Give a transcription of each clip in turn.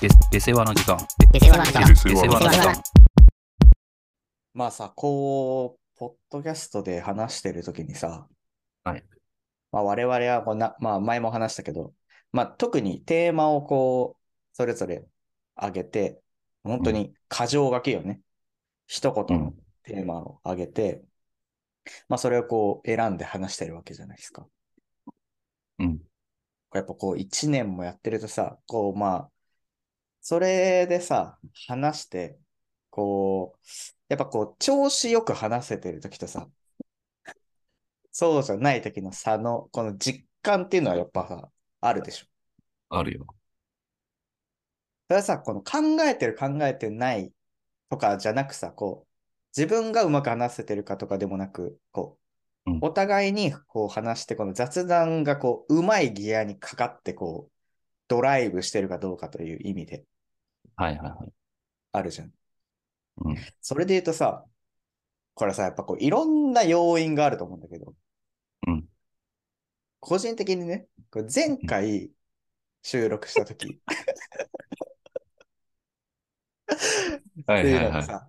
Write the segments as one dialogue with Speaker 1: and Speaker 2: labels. Speaker 1: で、で世話の時間。
Speaker 2: 出世話の時間。
Speaker 1: で世話の時間。
Speaker 3: まあさ、こう、ポッドキャストで話してるときにさ、
Speaker 1: はい
Speaker 3: まあ我々はこうな、まあ前も話したけど、まあ特にテーマをこう、それぞれ上げて、本当に箇条書きよね。一
Speaker 1: う
Speaker 3: 言の
Speaker 1: ん。
Speaker 3: テーマを上げて、まあそれをこう選んで話してるわけじゃないですか。
Speaker 1: うん。
Speaker 3: やっぱこう一年もやってるとさ、こうまあ、それでさ、話して、こう、やっぱこう調子よく話せてる時とさ、そうじゃない時の差の、この実感っていうのはやっぱさ、あるでしょ。
Speaker 1: あるよ。
Speaker 3: それはさ、この考えてる考えてないとかじゃなくさ、こう、自分がうまく話せてるかとかでもなく、こう
Speaker 1: うん、
Speaker 3: お互いにこう話して、この雑談がこう、うまいギアにかかって、こう、ドライブしてるかどうかという意味で
Speaker 1: はいはいはい。
Speaker 3: あるじゃん。
Speaker 1: うん
Speaker 3: それで言うとさ、これさ、やっぱこう、いろんな要因があると思うんだけど、
Speaker 1: うん
Speaker 3: 個人的にね、これ前回収録したとき、
Speaker 1: は
Speaker 3: って
Speaker 1: い
Speaker 3: い
Speaker 1: は
Speaker 3: うの
Speaker 1: いは
Speaker 3: が
Speaker 1: い。
Speaker 3: さ、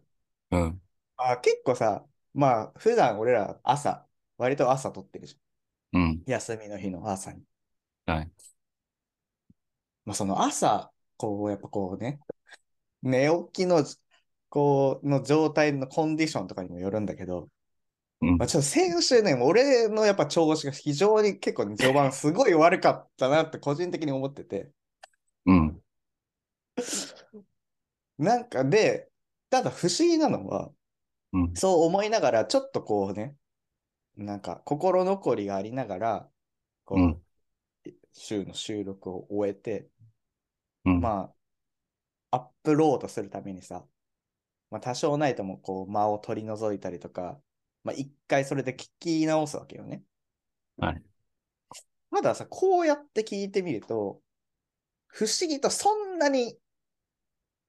Speaker 1: うん。
Speaker 3: あ結構さ、まあ、普段俺ら朝、割と朝撮ってるじ
Speaker 1: うん。
Speaker 3: ゃん。休みの日の朝に。
Speaker 1: はい。
Speaker 3: まあ、その朝、こう、やっぱこうね、寝起きの、こう、の状態のコンディションとかにもよるんだけど、
Speaker 1: うん
Speaker 3: まあ、ちょっと先週ね、俺のやっぱ調子が非常に結構ね序盤すごい悪かったなって個人的に思ってて、
Speaker 1: うん。
Speaker 3: なんかで、ただ不思議なのは、
Speaker 1: うん。
Speaker 3: そう思いながら、ちょっとこうね、なんか心残りがありながら、こう、
Speaker 1: うん
Speaker 3: 週の収録を終えて、
Speaker 1: うん。
Speaker 3: まあ、アップロードするためにさ、まあ多少ないともこう間を取り除いたりとか、まあ一回それで聞き直すわけよね。
Speaker 1: はい。
Speaker 3: たださ、こうやって聞いてみると、不思議とそんなに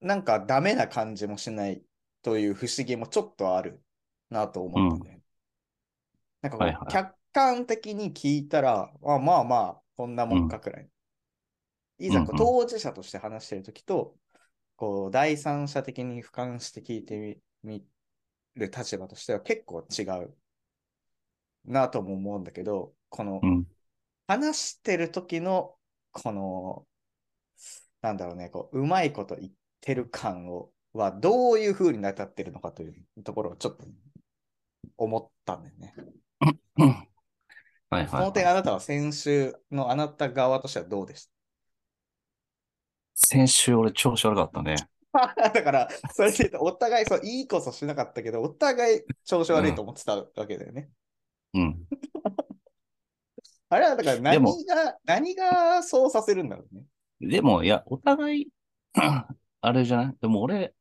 Speaker 3: なんかダメな感じもしないという不思議もちょっとあるなと思ったんだよね。なんかこう、
Speaker 1: はいはい
Speaker 3: 客観的に聞いたら、あまあまあ、こんなもんかくらい。いざこう
Speaker 1: うん
Speaker 3: 当事者として話してるときと、こう第三者的に俯瞰して聞いてみ見る立場としては結構違うなとも思うんだけど、この
Speaker 1: うん
Speaker 3: 話してる時のこの、なんだろうね、こううまいこと言ってる感をはどういう風に成り立ってるのかというところをちょっと思ったんだよね。
Speaker 1: うんはいはい
Speaker 3: その
Speaker 1: はい
Speaker 3: 点。あなたは先週のあなた側としてはどうでした
Speaker 1: 先週俺調子悪かったね。
Speaker 3: だから、それで言うと、お互いそう、いいこそしなかったけど、お互い調子悪いと思ってたわけだよね。
Speaker 1: うん。
Speaker 3: あれは、だから
Speaker 1: でも
Speaker 3: 何が、何がそうさせるんだろうね。
Speaker 1: でも、いや、お互い、 あれじゃないでも俺、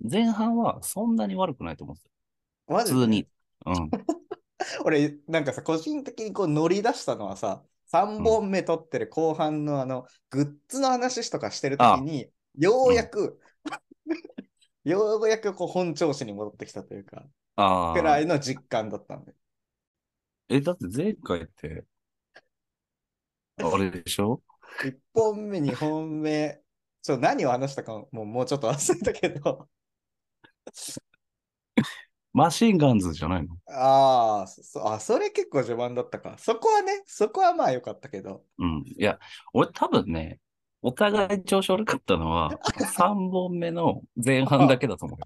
Speaker 1: 前半はそんなに悪くないと思うんですよ。
Speaker 3: マ
Speaker 1: 普
Speaker 3: ジで
Speaker 1: 通に。うん。
Speaker 3: 俺、なんかさ、個人的にこう乗り出したのはさ、3本目撮ってる後半のあの、グッズの話とかしてるときに、ようやく、ようやくこう本調子に戻ってきたというか、
Speaker 1: あ
Speaker 3: くら
Speaker 1: あ。
Speaker 3: いの実感だったんで。
Speaker 1: え、だって前回って、あれでしょ
Speaker 3: 1本目、2本目、ちょ何を話したかももうもうちょっと忘れたけど。
Speaker 1: マシンガンズじゃないの
Speaker 3: ああ、そそあ、それ結構序盤だったか。そこはね、そこはまあ良かったけど。
Speaker 1: うん。いや、俺多分ね、お互い調子悪かったの は、3本目の前半だけだと思うよ。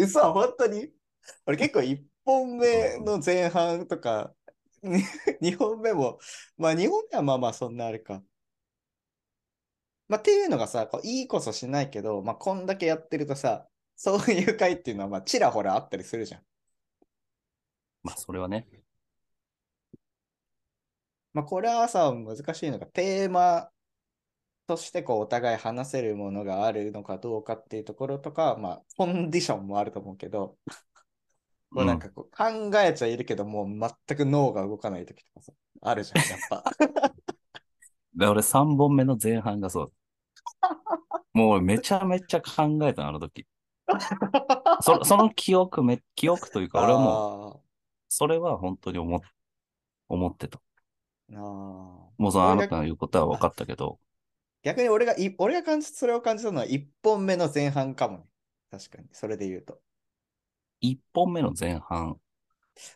Speaker 3: 嘘、本当に俺結構1本目の前半とか、2本目も、まあ2本目はまあまあそんなあれか。まあっていうのがさ、こういいこそしないけど、まあこんだけやってるとさ、そういう回っていうのはまあちらほらあったりするじゃん。
Speaker 1: まあ、それはね。
Speaker 3: まあ、これはさ、難しいのが、テーマとしてこうお互い話せるものがあるのかどうかっていうところとか、まあ、コンディションもあると思うけど、もうなんかこう考えちゃいるけど、もう全く脳が動かない時とかさ、ある じゃん、やっぱ。
Speaker 1: で、俺3本目の前半がそう。もう俺めちゃめちゃ考えたの、あの時。そその記憶め、記憶というか、俺はもう、
Speaker 3: も
Speaker 1: それは本当に思っ思ってた。
Speaker 3: う。あー
Speaker 1: もうそのあなたの言うことは分かったけど、
Speaker 3: 逆に俺がい、俺が感じ、それを感じたのは1本目の前半かもね。確かに、それで言うと。
Speaker 1: 一本目の前半。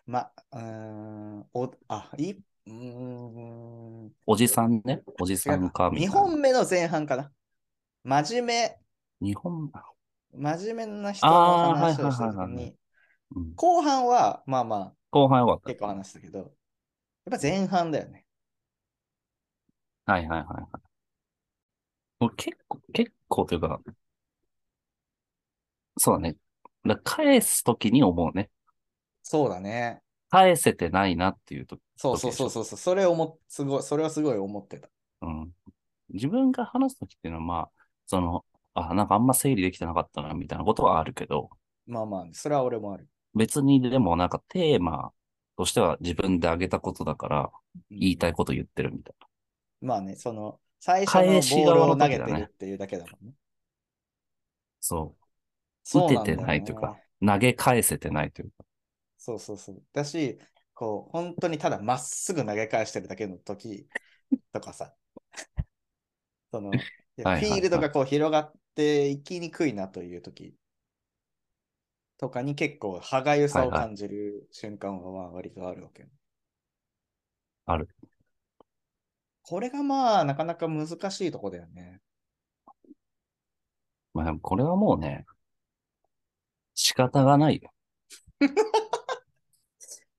Speaker 3: ま、うーん、お、あ、い、うーん、
Speaker 1: おじさんね。おじさんか、みたい
Speaker 3: 2
Speaker 1: な。
Speaker 3: 本目の前半かな。真面
Speaker 1: 日本、
Speaker 3: 目、真面目な人の話
Speaker 1: あー
Speaker 3: をした
Speaker 1: はいはいは
Speaker 3: 時
Speaker 1: いはい
Speaker 3: に、
Speaker 1: うん
Speaker 3: 後半は、まあまあ、
Speaker 1: 後半は分
Speaker 3: 結
Speaker 1: か
Speaker 3: 構話したけど、やっぱ前半だよね。
Speaker 1: った。はいはいはいはい。もう結構、結構というか、そうだね。だから返すときに思うね。
Speaker 3: そうだね。
Speaker 1: 返せてないなっていうと
Speaker 3: そうそうそうそうそう、それをも、すごい、それはすごい思ってた。
Speaker 1: うん。自分が話すときっていうのは、まあ、その、あ、なんかあんま整理できてなかったな、みたいなことはあるけど、
Speaker 3: まあまあ、それは俺もある。
Speaker 1: 別にでもなんかテーマとしては自分であげたことだから、言いたいこと言ってるみたい
Speaker 3: まあね、その、最初のボ
Speaker 1: 返し
Speaker 3: ール
Speaker 1: 側
Speaker 3: を
Speaker 1: の
Speaker 3: 投
Speaker 1: 時
Speaker 3: げ
Speaker 1: だね
Speaker 3: てるっていうだけだもんね。
Speaker 1: な。そ
Speaker 3: そう
Speaker 1: 打
Speaker 3: なんだ
Speaker 1: て
Speaker 3: よ
Speaker 1: て
Speaker 3: ね
Speaker 1: ないというか。う。投げ返せてないというか。
Speaker 3: そうそうそう。だし、こう、本当にただまっすぐ投げ返してるだけの時とかさ、 その、いや
Speaker 1: はいはい
Speaker 3: フ
Speaker 1: はい
Speaker 3: ィールドがこう広がっていきにくいなという時とかに結構歯がゆさを
Speaker 1: はいはい
Speaker 3: 感じる瞬間はまあ割とあるわけよ。
Speaker 1: ある。
Speaker 3: これがまあ、なかなか難しいとこだよね。
Speaker 1: まあでもこれはもうね、仕方がないよ。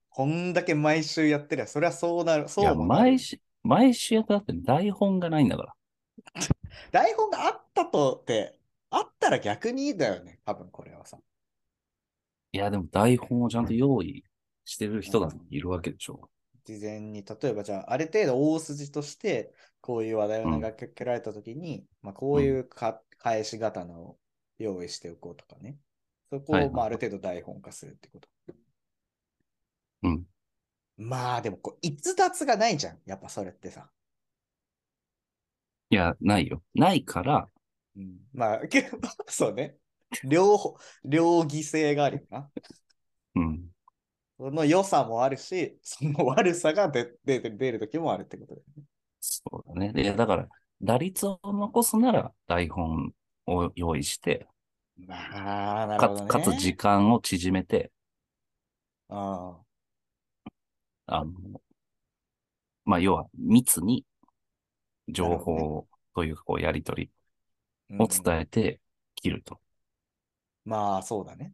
Speaker 3: こんだけ毎週やってりゃ、そりゃそうなる。
Speaker 1: い
Speaker 3: そう
Speaker 1: や、
Speaker 3: もなる
Speaker 1: 毎週、毎週やったって台本がないんだから。
Speaker 3: 台本があったとって、あったら逆にだよね。多分これはさ。
Speaker 1: いや、でも台本をちゃんと用意してる人だっているわけでしょ。
Speaker 3: 事前に、例えばじゃあ、ある程度大筋として、こういう話題を投げかけられたときに、まあ、こういうか返し方のを用意しておこうとかね。そこ
Speaker 1: はいは
Speaker 3: を、
Speaker 1: い
Speaker 3: まあ、ある程度台本化するってこと。
Speaker 1: うん。
Speaker 3: まあ、でもこう、逸脱がないじゃん。やっぱそれってさ。
Speaker 1: いや、ないよ。ないから、
Speaker 3: うん、まあ、けどそうね。両方、両義性があるよな。
Speaker 1: うん。
Speaker 3: その良さもあるし、 その悪さが出出て出るときもあるってことだよね。
Speaker 1: そうだね。いや、だから、打率を残すなら台本を用意して、
Speaker 3: まあ、なる
Speaker 1: か
Speaker 3: ほど
Speaker 1: つ、
Speaker 3: ね。
Speaker 1: かつ時間を縮めて、
Speaker 3: ああ
Speaker 1: あの、まあ、要は密に情報
Speaker 3: なる
Speaker 1: をというか、こう、やりとり
Speaker 3: うん
Speaker 1: を伝えて切ると。
Speaker 3: まあ、そうだね。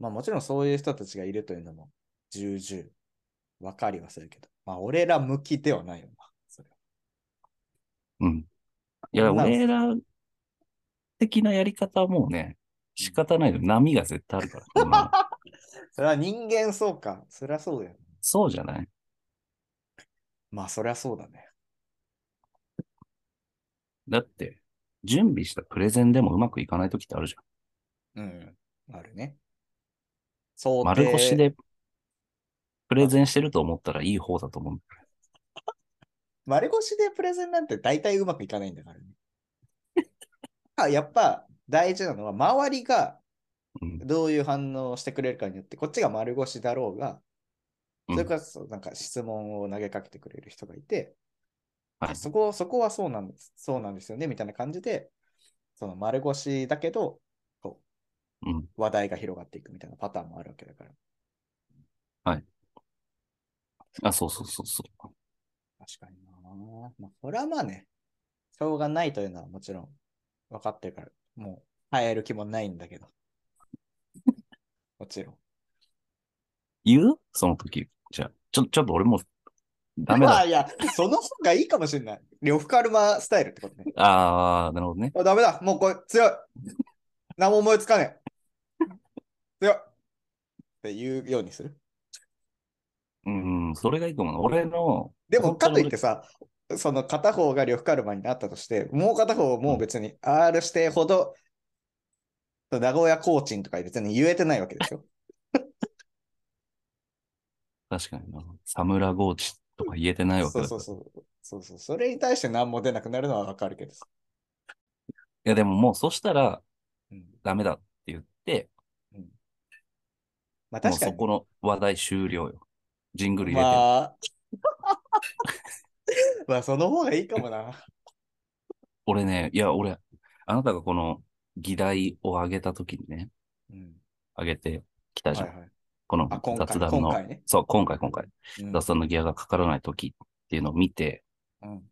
Speaker 3: まあ、もちろんそういう人たちがいるというのも、重々、わかりはするけど。まあ、俺ら向きではないよな。それは
Speaker 1: うん。いや、
Speaker 3: こんなの
Speaker 1: 俺ら的なやり方はもうね、仕方ないの。波が絶対あるから こんなの。
Speaker 3: それは人間そうか。そりゃそうだよ、ね。
Speaker 1: そうじゃない
Speaker 3: まあ、そりゃそうだね。
Speaker 1: だって、準備したプレゼンでもうまくいかないときってあるじゃん。
Speaker 3: うん。あるね。そう
Speaker 1: 丸腰。でプレゼンしてると思ったらいい方だと思う。
Speaker 3: 丸腰でプレゼンなんて大体うまくいかないんだから ね。あやっぱ大事なのは周りが
Speaker 1: うん
Speaker 3: どういう反応をしてくれるかによって、こっちが丸腰だろうが、
Speaker 1: うん
Speaker 3: それからそうなんか質問を投げかけてくれる人がいて、
Speaker 1: はい
Speaker 3: あそこそこはそうなんですそうなんですよねみたいな感じで、その丸腰だけど
Speaker 1: うん。
Speaker 3: 話題が広がっていくみたいなパターンもあるわけだから。
Speaker 1: あ、そうそうそうそう。
Speaker 3: 確かにな。まあ、それはまあね、しょうがないというのはもちろん分かってるから、もう変える気もないんだけど。もちろん。
Speaker 1: 言うその時。じゃあ、ちょ、ちょっと俺もダメ
Speaker 3: まあ
Speaker 1: だ。
Speaker 3: いや、その方がいいかもしれない。呂布カルマスタイルってことね。
Speaker 1: あー、なるほどね。
Speaker 3: あダメだ、もうこれ強い。何も思いつかねえ。強い。っていうようにする。
Speaker 1: うん、それがいいと思うな。俺の、
Speaker 3: でも、かといってさ、その片方が呂布カルマになったとして、もう片方も別に R してほど、名古屋コーチンとか別に言えてないわけでしょ。
Speaker 1: 確かにな。サムラゴーチとか言えてないわけ
Speaker 3: そ
Speaker 1: だ
Speaker 3: う
Speaker 1: から
Speaker 3: そうそう。そうそう。それに対して何も出なくなるのはわかるけどさ。
Speaker 1: いや、でももうそしたら
Speaker 3: うん
Speaker 1: ダメだって言って、もう
Speaker 3: まあ確
Speaker 1: そ
Speaker 3: かに。
Speaker 1: この話題終了よ。ジングル入れて。
Speaker 3: まあ、 まあ、その方がいいかもな。
Speaker 1: 俺ね、いや、俺、あなたがこの議題を上げたときにね、
Speaker 3: うん。
Speaker 1: 上げてきた
Speaker 3: はい
Speaker 1: じゃん。
Speaker 3: はい。
Speaker 1: この
Speaker 3: あ、今回、
Speaker 1: 雑談
Speaker 3: 今
Speaker 1: の、
Speaker 3: 回ね。
Speaker 1: そう、今回今回、
Speaker 3: うん
Speaker 1: 雑談のギアがかからないときっていうのを見て、
Speaker 3: うん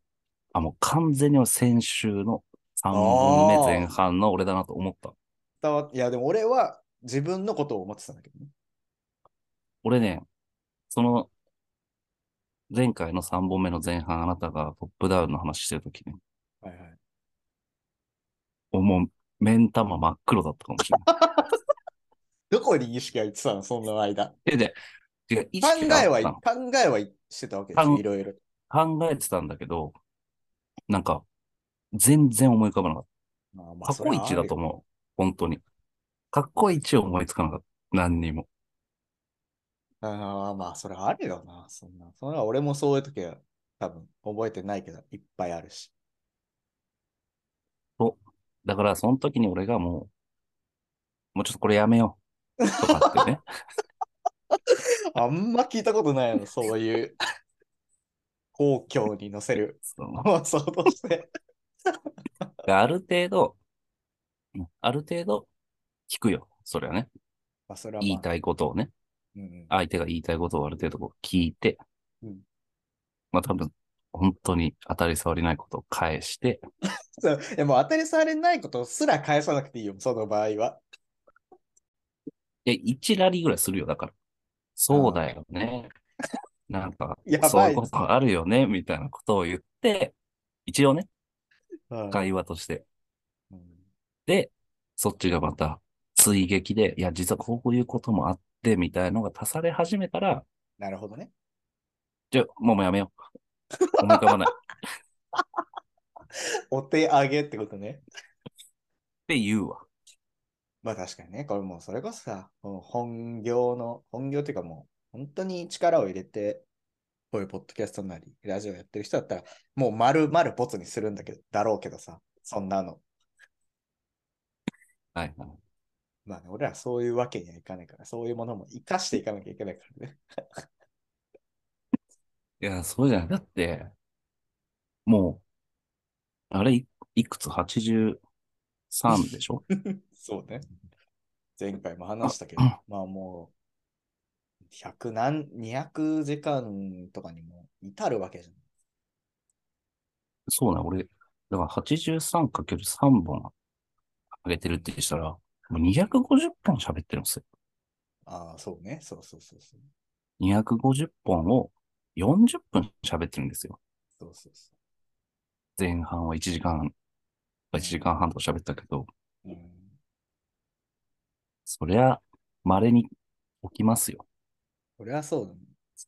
Speaker 1: あ、もう完全に俺先週の3本目
Speaker 3: あー
Speaker 1: 前半の俺だなと思った。
Speaker 3: 伝わっいや、でも俺は自分のことを思ってたんだけどね。
Speaker 1: 俺ね、その、前回の3本目の前半、あなたがトップダウンの話してるときね、
Speaker 3: はいはい。
Speaker 1: もう、目ん玉真っ黒だったかもしれない
Speaker 3: どこに意識がいってたのそんな間。。
Speaker 1: えで、てか意
Speaker 3: 考
Speaker 1: 識が
Speaker 3: え
Speaker 1: あ
Speaker 3: は
Speaker 1: っ
Speaker 3: い、
Speaker 1: た
Speaker 3: 考
Speaker 1: の
Speaker 3: えはいしてたわけです
Speaker 1: 考
Speaker 3: よ。
Speaker 1: え
Speaker 3: いろいろ。
Speaker 1: 考えてたんだけど、なんか、全然思い浮かばなかっ
Speaker 3: まあま
Speaker 1: た。過去一だと
Speaker 3: う。
Speaker 1: 思う。本当に。過去一思いつかなかった。何にも。
Speaker 3: ああまあ、それはあるよな。そんな。それは俺もそういう時は多分覚えてないけど、いっぱいあるし。
Speaker 1: だから、その時に俺がもう、もうちょっとこれやめよう。とかって ね。
Speaker 3: あんま聞いたことな いの、そういう。公共に載せる。
Speaker 1: その
Speaker 3: まあ、そうとして。
Speaker 1: ある程度、うんある程度、聞くよ。それはね。
Speaker 3: まあ、それは、まあ、
Speaker 1: 言いたいことをね。
Speaker 3: うん
Speaker 1: 相手が言いたいことをある程度こう聞いて、
Speaker 3: うん
Speaker 1: まあ多分、本当に当たり障りないことを返して、
Speaker 3: そういやもう当たり障りないことすら返さなくていいよ、その場合は。
Speaker 1: え、1ラリーぐらいするよ、だから。そうだよね。なんか
Speaker 3: や、ばい
Speaker 1: そういうことあるよね、みたいなことを言って、一応ね、
Speaker 3: うん
Speaker 1: 会話として。
Speaker 3: うん
Speaker 1: で、そっちがまた追撃で、いや、実はこういうこともあって、みたいのが足され始めたら、
Speaker 3: なるほどね。
Speaker 1: じゃあ、もうやめよ う。思い浮かばない。っ
Speaker 3: お手上げってことね。
Speaker 1: て言うわ。
Speaker 3: まあ確かにね、これもうそれこそさ、もう本業の、本業っていうかもう本当に力を入れて、こういうポッドキャストなり、ラジオやってる人だったら、もう丸々ボツにするんだけど、だろうけどさ、そんなの。
Speaker 1: はいはい。
Speaker 3: まあね、俺らそういうわけにはいかないから、そういうものも生かしていかなきゃいけないからね。
Speaker 1: いや、そうじゃない。だって、もう、あれい、いくつ ?83 でしょ
Speaker 3: そうね。前回も話したけど、
Speaker 1: うん
Speaker 3: まあもう、100何、200時間とかにも至るわけじゃん。
Speaker 1: そうね、俺、だから 83×3 本上げてるってしたら、もう250本喋ってるんですよ。
Speaker 3: ああ、そうね。そうそうそうそう。
Speaker 1: 250本を40分喋ってるんですよ。
Speaker 3: そうそうそ
Speaker 1: 前半は1時間、1時間半とか喋ったけど、
Speaker 3: う。うん、
Speaker 1: そりゃ、稀に起きますよ。
Speaker 3: これはそうだ、ね。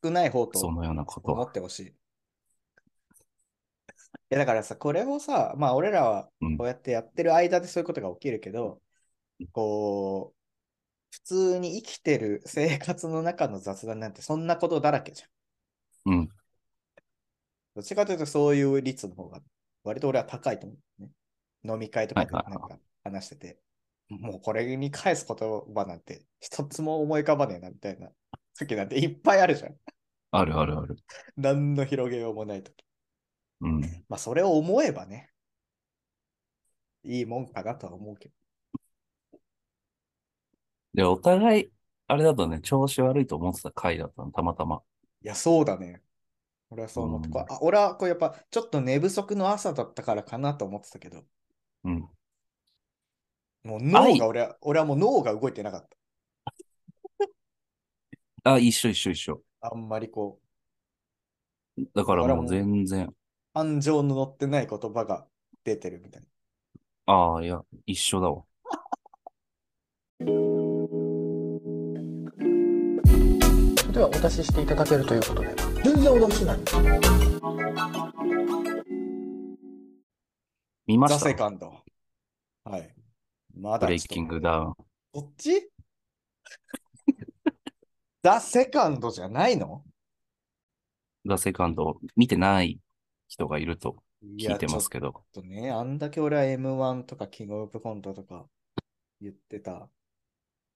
Speaker 3: 少ない方と
Speaker 1: そのようなこと
Speaker 3: 思
Speaker 1: は。
Speaker 3: ってほしい。いやだからさ、これをさ、まあ俺らは
Speaker 1: うん
Speaker 3: こうやってやってる間でそういうことが起きるけど、こう、普通に生きてる生活の中の雑談なんてそんなことだらけじゃん。
Speaker 1: うん。
Speaker 3: どっちかというとそういう率の方が割と俺は高いと思う、ね。飲み会とかで
Speaker 1: は
Speaker 3: ない
Speaker 1: はいはい
Speaker 3: んか話してて、もうこれに返す言葉なんて一つも思い浮かばねえなみたいな時なんていっぱいあるじゃん。
Speaker 1: あるあるある。
Speaker 3: 何の広げようもないとき。
Speaker 1: うん。
Speaker 3: まあ、それを思えばね、いいもんかなとは思うけど。
Speaker 1: で、お互い、あれだとね、調子悪いと思ってた回だったの、たまたま。
Speaker 3: いや、そうだね。俺はそう思って、
Speaker 1: うん
Speaker 3: これあ俺はこうやっぱちょっと寝不足の朝だったからかなと思ってたけど、
Speaker 1: うん。
Speaker 3: もう脳
Speaker 1: 愛
Speaker 3: が俺は、俺はもう脳が動いてなかっ
Speaker 1: あ、一緒一緒一緒。
Speaker 3: た。あんまりこう、
Speaker 1: だからもう
Speaker 3: だから
Speaker 1: 全然、
Speaker 3: 感情の乗ってない言葉が出てるみたいな。
Speaker 1: ああ、いや、一緒だわ。
Speaker 2: ではお出ししていただけるということで全然お出ししない
Speaker 1: 見ま
Speaker 3: ザ・
Speaker 1: し
Speaker 3: セ
Speaker 1: た
Speaker 3: カンド。はい。ま
Speaker 1: ブ
Speaker 3: だ
Speaker 1: レイ
Speaker 3: ちょっと
Speaker 1: キングダウン。
Speaker 3: そっ ちザ・セカンドじゃないの
Speaker 1: ザ・セカンド、見てない人がいると
Speaker 3: い
Speaker 1: 聞いて
Speaker 3: ちょ
Speaker 1: ま
Speaker 3: っ
Speaker 1: すけど。
Speaker 3: とね、あんだけ俺は M1 とかキングオブコントとか言ってた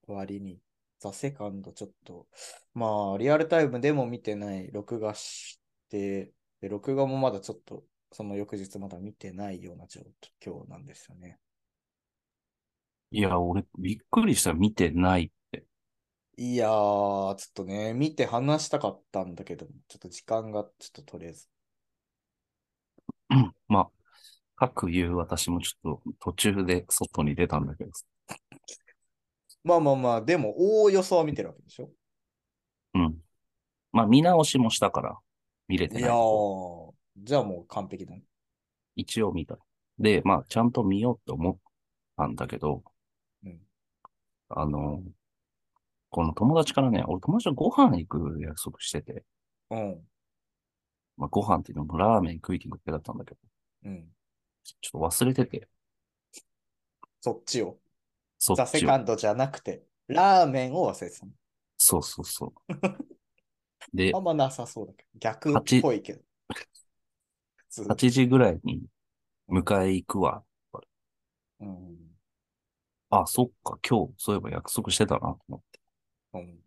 Speaker 3: 割に、ザ・セカンドちょっと、まあ、リアルタイムでも見てない、録画して、で、録画もまだちょっと、その翌日まだ見てないような状況なんですよね。
Speaker 1: いや、俺、びっくりした。見てない。
Speaker 3: いやー、ちょっとね、見て話したかったんだけど、ちょっと時間がちょっと取れず。
Speaker 1: うんまあ、各言う私もちょっと途中で外に出たんだけど。
Speaker 3: まあまあまあ、でも、おおよそは見てるわけでしょ
Speaker 1: うん。まあ、見直しもしたから、見れて
Speaker 3: い
Speaker 1: な
Speaker 3: や
Speaker 1: い。
Speaker 3: ー、じゃあもう完璧だね。
Speaker 1: 一応見た。で、まあ、ちゃんと見ようって思ったんだけど、
Speaker 3: うん
Speaker 1: あの、この友達からね、俺友達とご飯行く約束してて、
Speaker 3: うん、
Speaker 1: まあ、ご飯っていうのもラーメン食いに行くだけだったんだけど、
Speaker 3: うん。
Speaker 1: ちょっと忘れてて、
Speaker 3: そっちを。
Speaker 1: そ
Speaker 3: ザ・
Speaker 1: っ
Speaker 3: セ
Speaker 1: ち
Speaker 3: カ
Speaker 1: を。
Speaker 3: ンドじゃなくて、ラーメンを忘れてたの。
Speaker 1: そうそう そう。で
Speaker 3: あ、んまなさそうだけど。逆っぽいけど。普通。
Speaker 1: 8時ぐらいに迎え行くわ。
Speaker 3: うん。
Speaker 1: あ、そっか、今日、そういえば約束してたなと思って。
Speaker 3: うん。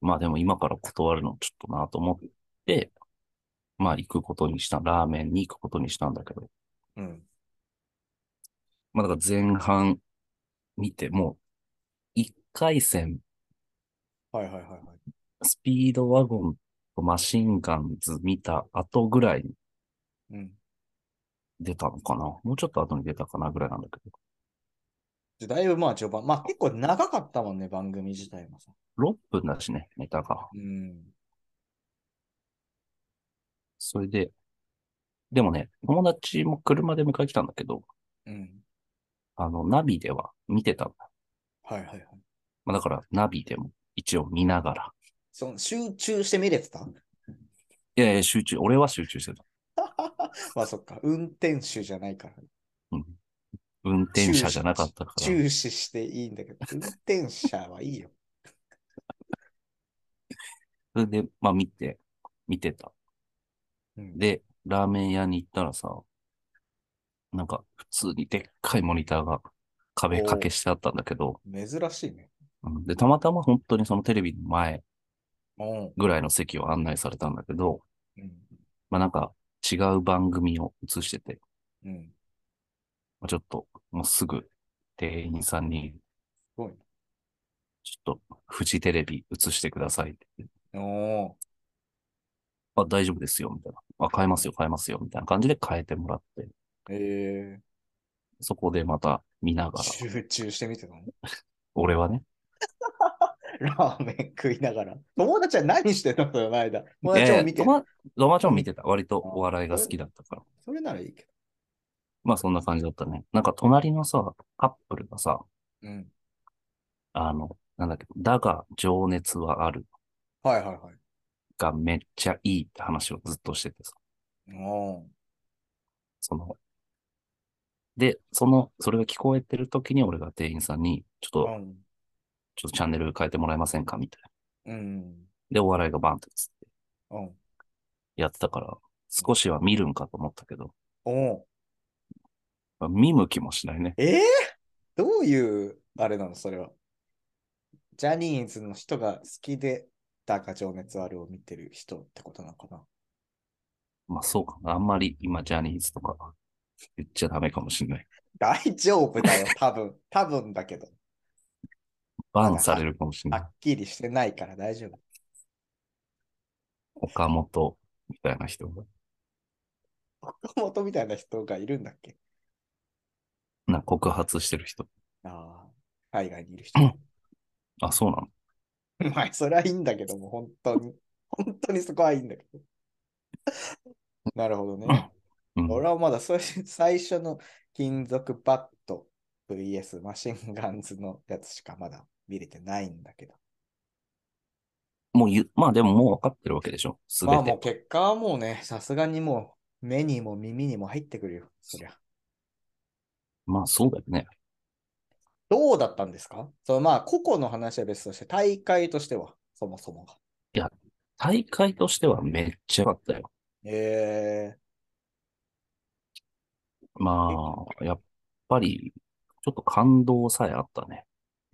Speaker 1: まあでも今から断るのちょっとなと思って、まあ行くことにした、ラーメンに行くことにしたんだけど、
Speaker 3: うん。
Speaker 1: まあだから前半見て、もう、1回戦、
Speaker 3: はいはいはいはい。
Speaker 1: スピードワゴンとマシンガンズ見た後ぐらいに
Speaker 3: うん。
Speaker 1: 出たのかなもうちょっと後に出たかなぐらいなんだけど。
Speaker 3: じゃだいぶまあ序盤、まあ結構長かったもんね、番組自体もさ。
Speaker 1: 6分だしね、ネタが。
Speaker 3: うん。
Speaker 1: それで、でもね、友達も車で迎え来たんだけど、
Speaker 3: うん。
Speaker 1: あの、ナビでは見てたんだ。
Speaker 3: はいはいはい。
Speaker 1: まあだから、ナビでも一応見ながら。
Speaker 3: その集中して見れてた
Speaker 1: いやいや、集中、俺は集中してた。
Speaker 3: まあそっか、運転手じゃないから。
Speaker 1: うん。運転者じゃなかったから。
Speaker 3: 注視していいんだ けど、運転者はいいよ。
Speaker 1: それで、まあ見て、見てた。
Speaker 3: うん、
Speaker 1: で、ラーメン屋に行ったらさ、なんか、普通にでっかいモニターが壁掛けしてあったんだけど、
Speaker 3: 珍しいね。
Speaker 1: うんで、たまたま本当にそのテレビの前
Speaker 3: うん。
Speaker 1: ぐらいの席を案内されたんだけど、
Speaker 3: うん。
Speaker 1: まあなんか、違う番組を映してて、
Speaker 3: うん。
Speaker 1: まあちょっと、もうすぐ店員さんに、
Speaker 3: ごい
Speaker 1: ちょっと、フジテレビ映してくださいって。
Speaker 3: おー
Speaker 1: あ、大丈夫ですよ、みたいな。あ、変えますよ、変えますよ、みたいな感じで変えてもらって、
Speaker 3: え
Speaker 1: そこでまた見な
Speaker 3: ー、
Speaker 1: がら、
Speaker 3: 集中してみてたの
Speaker 1: 俺はね、
Speaker 3: ラーメン食いながら。友達は何してたのその間。友達を見て
Speaker 1: えー。友友達も見てた。割とお笑いが好きだったから。
Speaker 3: それならいいけ
Speaker 1: まあそんな感じだったね。なんか隣のさ、カップルがさ、
Speaker 3: ど。うん。
Speaker 1: あの、なんだっけ、だが情熱はある
Speaker 3: はいはいはい。
Speaker 1: がめっちゃいいって話をずっとしててさ、
Speaker 3: お
Speaker 1: その、で、その、それが聞こえてる時に俺が店員さんに、ちょっ
Speaker 3: う
Speaker 1: と、
Speaker 3: ん。
Speaker 1: ちょっとチャンネル変えてもらえませんかみたいな。
Speaker 3: うん。
Speaker 1: で、お笑いがバンってつって
Speaker 3: うん。
Speaker 1: やってたから、少しは見るんかと思ったけど、
Speaker 3: おう
Speaker 1: まあ見向きもしないね。
Speaker 3: えー、どういう、あれなのそれは。ジャニーズの人が好きで、だが情熱あるを見てる人ってことなのかな
Speaker 1: まあそうかな。あんまり今ジャニーズとか言っちゃダメかもしれない。
Speaker 3: 大丈夫だ よ、多分。多分だけど。
Speaker 1: バンされるかもしれ
Speaker 3: は
Speaker 1: ない。
Speaker 3: っきりしてないから大丈夫。
Speaker 1: 岡本みたいな人が。
Speaker 3: 岡本みたいな人がいるんだっけ
Speaker 1: な告発してる人。
Speaker 3: ああ、海外にいる人。
Speaker 1: あ、そうなの
Speaker 3: まあ、それはいいんだけども、本当 に。本当にそこはいいんだけど。なるほどね。
Speaker 1: うん
Speaker 3: 俺はまだそういう最初の金属バット VS マシンガンズのやつしかまだ見れてないんだけど。
Speaker 1: もう言う、まあでももう分かってるわけでしょ。すべ
Speaker 3: まあ
Speaker 1: て。
Speaker 3: もう結果はもうね、さすがにもう目にも耳にも入ってくるよ、そりゃ。
Speaker 1: まあそうだよね。
Speaker 3: どうだったんですかそのまあ個々の話は別として、大会としては、そもそもが。
Speaker 1: 大会としてはめっちゃ良かったよ。
Speaker 3: え
Speaker 1: まあ、やっぱり、ちょっと感動さえあったね。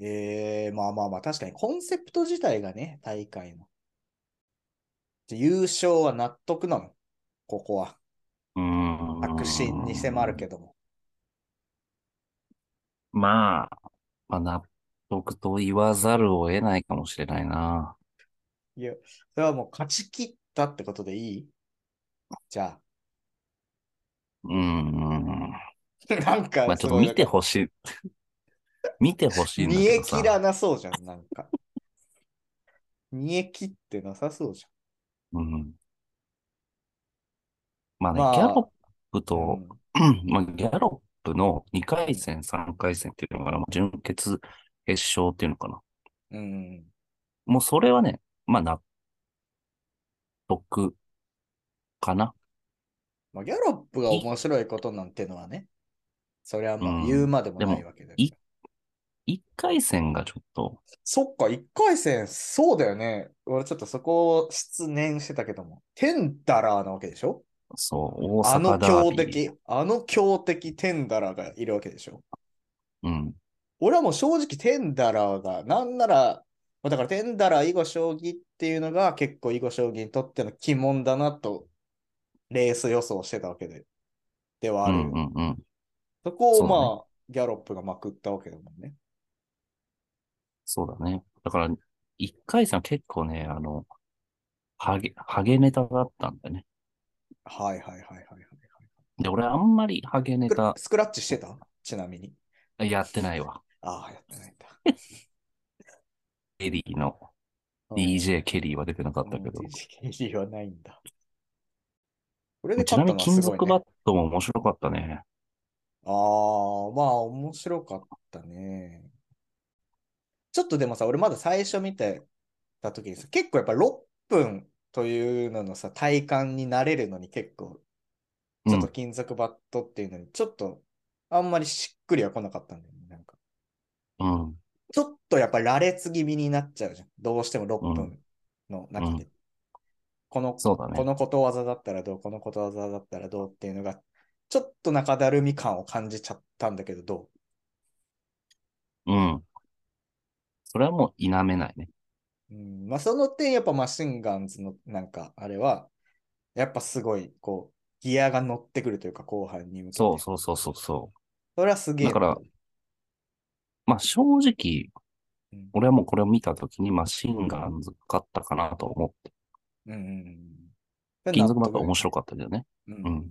Speaker 3: ー、えー、まあまあまあ、確かにコンセプト自体がね、大会の。じゃあ優勝は納得なのここは。
Speaker 1: うーん。
Speaker 3: 確信に迫るけども。
Speaker 1: まあ、まあ、納得と言わざるを得ないかもしれないな。
Speaker 3: いや、それはもう勝ち切ったってことでいいじゃ
Speaker 1: うーん。
Speaker 3: あ、なんか、
Speaker 1: まあ、ちょっと
Speaker 3: すごい
Speaker 1: 見てほしい。 見てほしいんだ
Speaker 3: 煮
Speaker 1: け
Speaker 3: え
Speaker 1: どさ。
Speaker 3: 切らなそうじゃん、なんか。 煮え切ってなさそうじ
Speaker 1: うん。まあね、
Speaker 3: まあ
Speaker 1: ギャロップ
Speaker 3: ゃん。
Speaker 1: と、
Speaker 3: う ん
Speaker 1: まあ、ギャロップの2回戦、3回戦っていうのかな、まあ準決、決勝っていうのかな。
Speaker 3: うん。
Speaker 1: もうそれはね、まあ納得かな。
Speaker 3: まあ、ギャロップが面白いことなんてのはね、それはま
Speaker 1: う
Speaker 3: あ
Speaker 1: ん
Speaker 3: 言うまでもな
Speaker 1: で
Speaker 3: い
Speaker 1: も
Speaker 3: わけだから
Speaker 1: い1回戦がちょっと、
Speaker 3: そっか、1回戦、そうだよね。俺ちょっとそこを失念してたけども。テンダラーなわけでしょ
Speaker 1: そう、大
Speaker 3: あ
Speaker 1: 阪ダ
Speaker 3: の
Speaker 1: ー
Speaker 3: 強
Speaker 1: ビー。
Speaker 3: 敵、あの強敵テンダラーがいるわけでしょ
Speaker 1: うん。
Speaker 3: 俺はもう正直テンダラーが、なんなら、まあだからテンダラー囲碁将棋っていうのが結構囲碁将棋にとっての鬼門だなと、レース予想してたわけで、ではあ
Speaker 1: う
Speaker 3: る。
Speaker 1: んうんうん。
Speaker 3: そこ
Speaker 1: そう
Speaker 3: を
Speaker 1: だね
Speaker 3: まあ、ギャロップがまくったわけだもんね。
Speaker 1: そうだね。だから、1回戦は結構ね、あの、ハゲ、ハゲネタだったんだよね。
Speaker 3: はいはいはいはいはいはい。
Speaker 1: で、俺あんまりハゲネ
Speaker 3: スク ラ
Speaker 1: タ
Speaker 3: スクラッチしてたちなみに。
Speaker 1: やってないわ。
Speaker 3: ああ、やってないんだ。
Speaker 1: エリーの。DJ ケリーは出てなかったけど
Speaker 3: うん。DJ ケリーはないんだ。これで
Speaker 1: ち
Speaker 3: 勝
Speaker 1: な
Speaker 3: っ
Speaker 1: み
Speaker 3: た
Speaker 1: に金
Speaker 3: のはす
Speaker 1: 属
Speaker 3: ごい、ね、
Speaker 1: バットも面白かったね。
Speaker 3: ああ、まあ面白かったね。ちょっとでもさ、俺まだ最初見てた時にさ、結構やっぱ6分というののさ、体感に慣れるのに結構、
Speaker 1: うん
Speaker 3: ちょっと金属バットっていうのに、ちょっとあんまりしっくりは来なかったんだよね。なんか、
Speaker 1: うん。
Speaker 3: ちょっとやっぱ羅列気味になっちゃうじゃん。どうしても6分の中で。この
Speaker 1: そうだね
Speaker 3: こ。のことわざだったらどう、このことわざだったらどうっていうのが、ちょっと中だるみ感を感じちゃったんだけど、ど
Speaker 1: うん。それはもう否めないね。
Speaker 3: う、うん、まあその点やっぱマシンガンズのなんかあれは、やっぱすごいこう、ギアが乗ってくるというか後半に向けて。
Speaker 1: そうそうそうそうそ
Speaker 3: それはす
Speaker 1: う。
Speaker 3: げえ。
Speaker 1: だから、まあ正直、
Speaker 3: うん、
Speaker 1: 俺はもうこれを見たときにマシンガンズ勝ったかなと思って。
Speaker 3: うんうんうん。
Speaker 1: 金属バット面
Speaker 3: 白
Speaker 1: 白かったけどね。
Speaker 3: い。うん
Speaker 1: う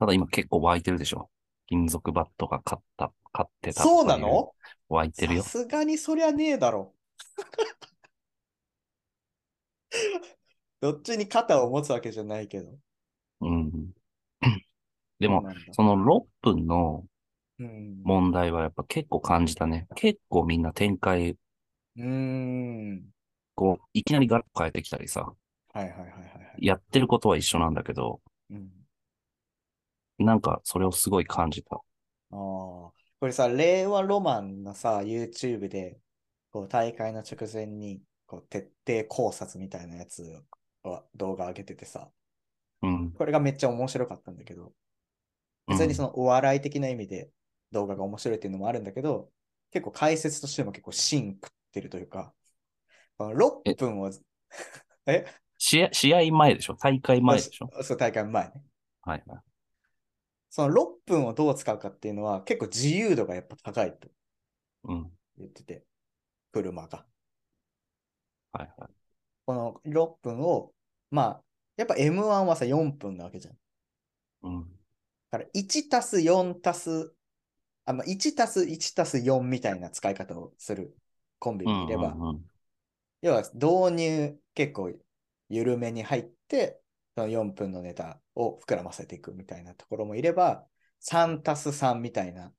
Speaker 1: ただ今結構湧いてるでしょ。金属バットが勝った、勝ってたってい
Speaker 3: そうなの
Speaker 1: 湧いてる
Speaker 3: さ
Speaker 1: よ。
Speaker 3: すがにそりゃねえだろ。 どっちに肩を持つわけじゃないけど。
Speaker 1: うん。でも、
Speaker 3: そうなんだ
Speaker 1: その6分の
Speaker 3: うん、
Speaker 1: 問題はやっぱ結構感じたね。結構みんな展開、
Speaker 3: うーん。
Speaker 1: こう、いきなりガラッと変えてきたりさ、
Speaker 3: はいはいはいはいはい。
Speaker 1: やってることは一緒なんだけど、
Speaker 3: うん、
Speaker 1: なんかそれをすごい感じた。
Speaker 3: ああ。これさ、令和ロマンのさ、YouTube で、こう大会の直前に、こう徹底考察みたいなやつを動画上げててさ、
Speaker 1: うん。
Speaker 3: これがめっちゃ面白かったんだけど、
Speaker 1: うん
Speaker 3: 別にそのお笑い的な意味で動画が面白いっていうのもあるんだけど、結構解説としても結構芯食ってるというか、この6分を、
Speaker 1: 試合、試合前でしょ大会前でしょ
Speaker 3: そう大会前ね。
Speaker 1: はいはい。
Speaker 3: その6分をどう使うかっていうのは結構自由度がやっぱ高いと
Speaker 1: うん。
Speaker 3: 言ってて、車が。
Speaker 1: はいはい。
Speaker 3: この6分を、まあ、やっぱ M1 はさ4分なわけじゃん。
Speaker 1: うん。
Speaker 3: だから1たす4たす、あ、まあ、1たす1たす4みたいな使い方をするコンビもいれば、
Speaker 1: うんうんうん
Speaker 3: 要は導入結構緩めに入って、その4分のネタを膨らませていくみたいなところもいれば、3たす3みたいな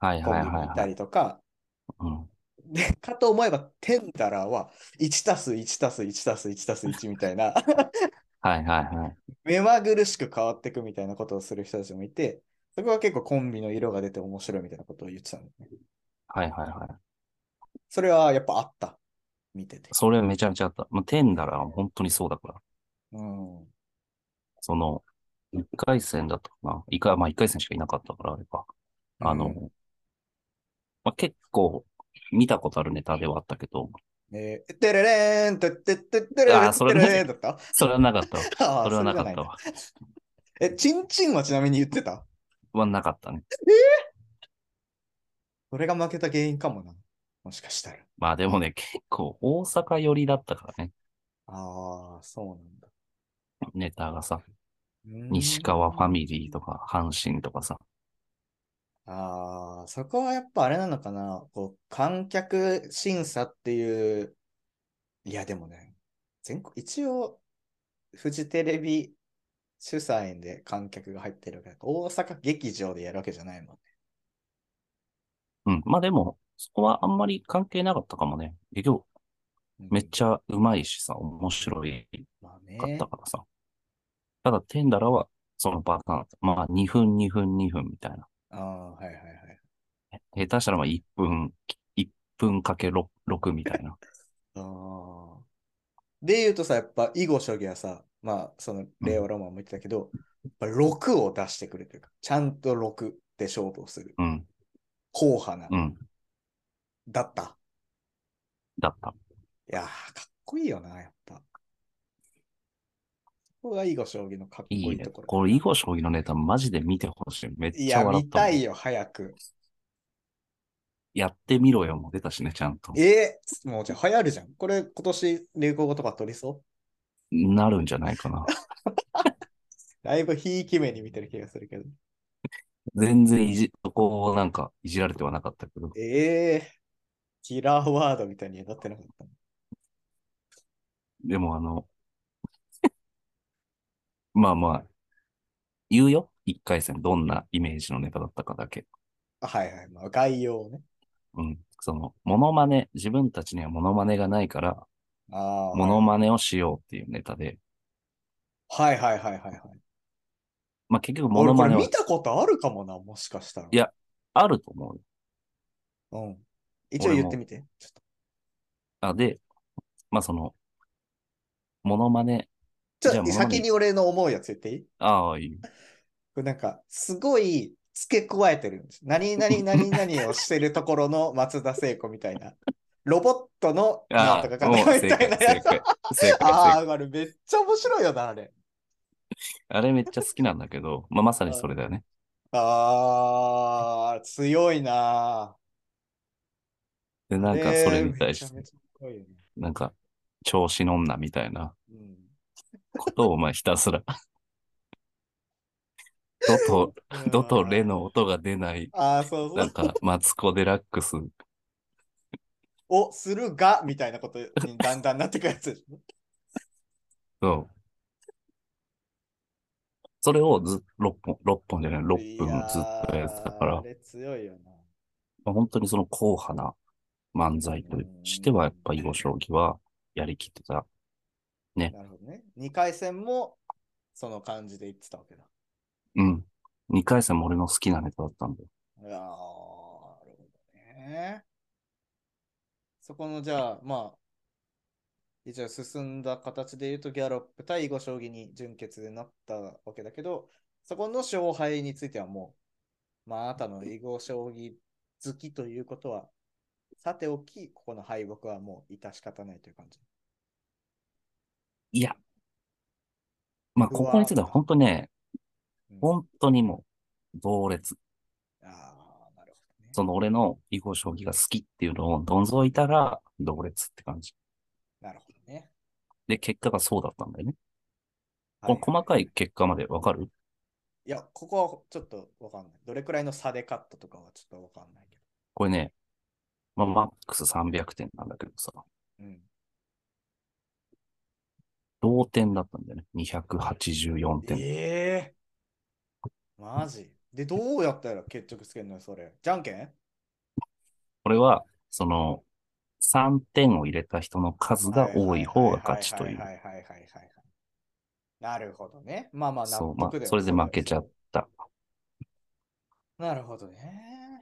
Speaker 1: はい
Speaker 3: コ
Speaker 1: はい
Speaker 3: ンビ
Speaker 1: は
Speaker 3: も
Speaker 1: い
Speaker 3: い
Speaker 1: は
Speaker 3: た
Speaker 1: い。
Speaker 3: りとか、
Speaker 1: うん。
Speaker 3: で、かと思えば、テンダラーは、1たす1たす1たす1たす1みたいな、
Speaker 1: はいはいはい。
Speaker 3: 目まぐるしく変わっていくみたいなことをする人たちもいて、そこは結構コンビの色が出て面白いみたいなことを言ってたのね。
Speaker 1: はいはいはい。
Speaker 3: それはやっぱあった。見てて。
Speaker 1: それめちゃめちゃあった。まあ、テンダラーは本当にそうだから。
Speaker 3: うん。
Speaker 1: その、一回戦だったかな。一回、まあ一回戦しかいなかったから、あれか。あの、
Speaker 3: うん
Speaker 1: まあ、結構見たことあるネタではあったけど、
Speaker 3: えー、てれれーん、てってってってれれ
Speaker 1: あ
Speaker 3: ん、
Speaker 1: ー
Speaker 3: て
Speaker 1: そ
Speaker 3: れ
Speaker 1: れ
Speaker 3: れんだった
Speaker 1: それはなかったわ。
Speaker 3: あー
Speaker 1: それはなか
Speaker 3: じ
Speaker 1: っ
Speaker 3: ゃ
Speaker 1: た
Speaker 3: い
Speaker 1: わ。
Speaker 3: え、チンチンはちなみに言ってた
Speaker 1: はなかったね。
Speaker 3: それが負けた原因かもな。もしかしたら。
Speaker 1: まあでもね、結構大阪寄りだったからね、
Speaker 3: ああ、そうなんだ。
Speaker 1: ネタがさ。
Speaker 3: うーん
Speaker 1: 西川ファミリーとか、阪神とかさ。
Speaker 3: ああ、そこはやっぱあれなのかな。こう、観客審査っていう。いや、でもね、全国、一応、フジテレビ主催で観客が入ってるから、大阪劇場でやるわけじゃないもんね。
Speaker 1: うん。まあでも、そこはあんまり関係なかったかもね。結局、
Speaker 3: うん
Speaker 1: めっちゃうまいしさ、面白い
Speaker 3: まあ
Speaker 1: かっ
Speaker 3: ね
Speaker 1: た。からさ。ただ、テンダラは、そのパターンだった。まあ、2分、2分、2分みたいな。
Speaker 3: ああ、はいはいはい。
Speaker 1: 下手したらまあ1分、1分かけ 6, 6みたいな。
Speaker 3: ああ。で言うとさ、やっぱ囲碁将棋はさ、まあ、その令和ロマンも言ってたけど、やっぱ6を出してくるというか、ちゃんと6で勝負をする。
Speaker 1: うん、
Speaker 3: 硬派な。
Speaker 1: うん、
Speaker 3: だった。
Speaker 1: だった。
Speaker 3: いやー、かっこいいよな、やっぱ。ここが囲碁将棋のかっこ
Speaker 1: い
Speaker 3: い
Speaker 1: い
Speaker 3: い
Speaker 1: ね。
Speaker 3: ところ。
Speaker 1: これ、囲碁将棋のネタマジで見てほしい。めっ
Speaker 3: い
Speaker 1: ちゃ
Speaker 3: や、
Speaker 1: 笑
Speaker 3: 見
Speaker 1: ったもん
Speaker 3: たいよ、早く。
Speaker 1: やってみろよも出たしね、ちゃんと。
Speaker 3: えー、もうじゃあ流行るじゃん。これ、今年、流行語とか取りそ
Speaker 1: なるんじゃないかな。
Speaker 3: うだいぶひいき目に見てる気がするけど。
Speaker 1: 全然いじ、そこをなんかいじられてはなかったけど。
Speaker 3: ええー、キラーワードみたいになってなかった。
Speaker 1: でもあの、 まあまあ、言うよ。一回戦、どんなイメージのネタだったかだけ。
Speaker 3: あはいはい、まあ、概要をね。
Speaker 1: うん。その、モノマネ、自分たちにはモノマネがないから、
Speaker 3: ああ、
Speaker 1: モノマネをしようっていうネタで、
Speaker 3: はいはいはいはいはい。
Speaker 1: まあ結局モ
Speaker 3: 俺
Speaker 1: ノ
Speaker 3: こ
Speaker 1: マ
Speaker 3: れ
Speaker 1: ネは
Speaker 3: 見たことあるかもな、もしかしたら。
Speaker 1: いやあると思うよ。
Speaker 3: うん。一応言ってみて。ちょっと
Speaker 1: あ、で、まあその、モノマネ、
Speaker 3: ちょ
Speaker 1: じゃあ物に
Speaker 3: 先に俺の思うやつ言っていい
Speaker 1: ああ、いいよ。
Speaker 3: これなんか、すごい付け加えてるんです。何々何々をしてるところの松田聖子みたい な。ロボットのなん
Speaker 1: あ
Speaker 3: とか
Speaker 1: あ、
Speaker 3: か
Speaker 1: もう
Speaker 3: なみ
Speaker 1: 正
Speaker 3: た
Speaker 1: 解、
Speaker 3: いな
Speaker 1: 正
Speaker 3: やつ。
Speaker 1: 解、正解、正
Speaker 3: あ
Speaker 1: 解。
Speaker 3: あ、あれめっちゃ面白いよな、あれ。
Speaker 1: あれめっちゃ好きなんだけど、まあまさにそれだよね。
Speaker 3: ああ、強いな
Speaker 1: で、
Speaker 3: ー。
Speaker 1: なんかそれに対
Speaker 3: え
Speaker 1: し
Speaker 3: ーめ
Speaker 1: て、
Speaker 3: ちゃめちゃ強いよね
Speaker 1: なんか、調子の女みたいな
Speaker 3: うん
Speaker 1: ことを、まあひたすら。 ドと、ドとレの音が出ない、
Speaker 3: ああ、そうそ
Speaker 1: なん
Speaker 3: う。
Speaker 1: か、マツコ・デラックス
Speaker 3: をするが、みたいなことにだんだんなってくやつでしょ。
Speaker 1: そう。それをず、6本、六本じゃない、6分ずっとやってたか
Speaker 3: いやー
Speaker 1: ら
Speaker 3: あ、れ強いよな。
Speaker 1: まあ本当にその硬派な漫才としては、やっぱ囲碁将棋はやりきってた。
Speaker 3: なるほどね。2回戦もその感じで言ってたわけだ。
Speaker 1: うん。2回戦も俺の好きなネタだったんだよ。
Speaker 3: いやーなるほどね。そこのじゃあ、まあ、一応進んだ形で言うと、ギャロップ対囲碁将棋に準決でなったわけだけど、そこの勝敗についてはもう、まあ、あなたの囲碁将棋好きということは、さておき、ここの敗北はもう致し方ないという感じ。
Speaker 1: いや。まあ、
Speaker 3: うわ
Speaker 1: ここについては本当ね、
Speaker 3: うん
Speaker 1: 本当にもう、同列。
Speaker 3: ああ、なるほどね。
Speaker 1: その俺の囲碁将棋が好きっていうのをどんぞいたら、同列って感じ。
Speaker 3: なるほどね。
Speaker 1: で、結果がそうだったんだよね。
Speaker 3: はい
Speaker 1: この細かい結果までわかる
Speaker 3: いや、ここはちょっとわかんない。どれくらいの差でカットとかはちょっとわかんないけ
Speaker 1: これね、まあ、マックス300点なんだけどさ、
Speaker 3: ど。うん。
Speaker 1: 同点だったんだよね。284点。
Speaker 3: ええマジで、どうやったら決着つけんのよ、それ。じゃんけん
Speaker 1: これは、その、3点を入れた人の数が多い方が勝ちという。
Speaker 3: はいはいはいはいはいはいはい。なるほどね。まあまあ、納
Speaker 1: そう、まあ
Speaker 3: 得だ、よ
Speaker 1: それで負けちゃった。
Speaker 3: なるほどね。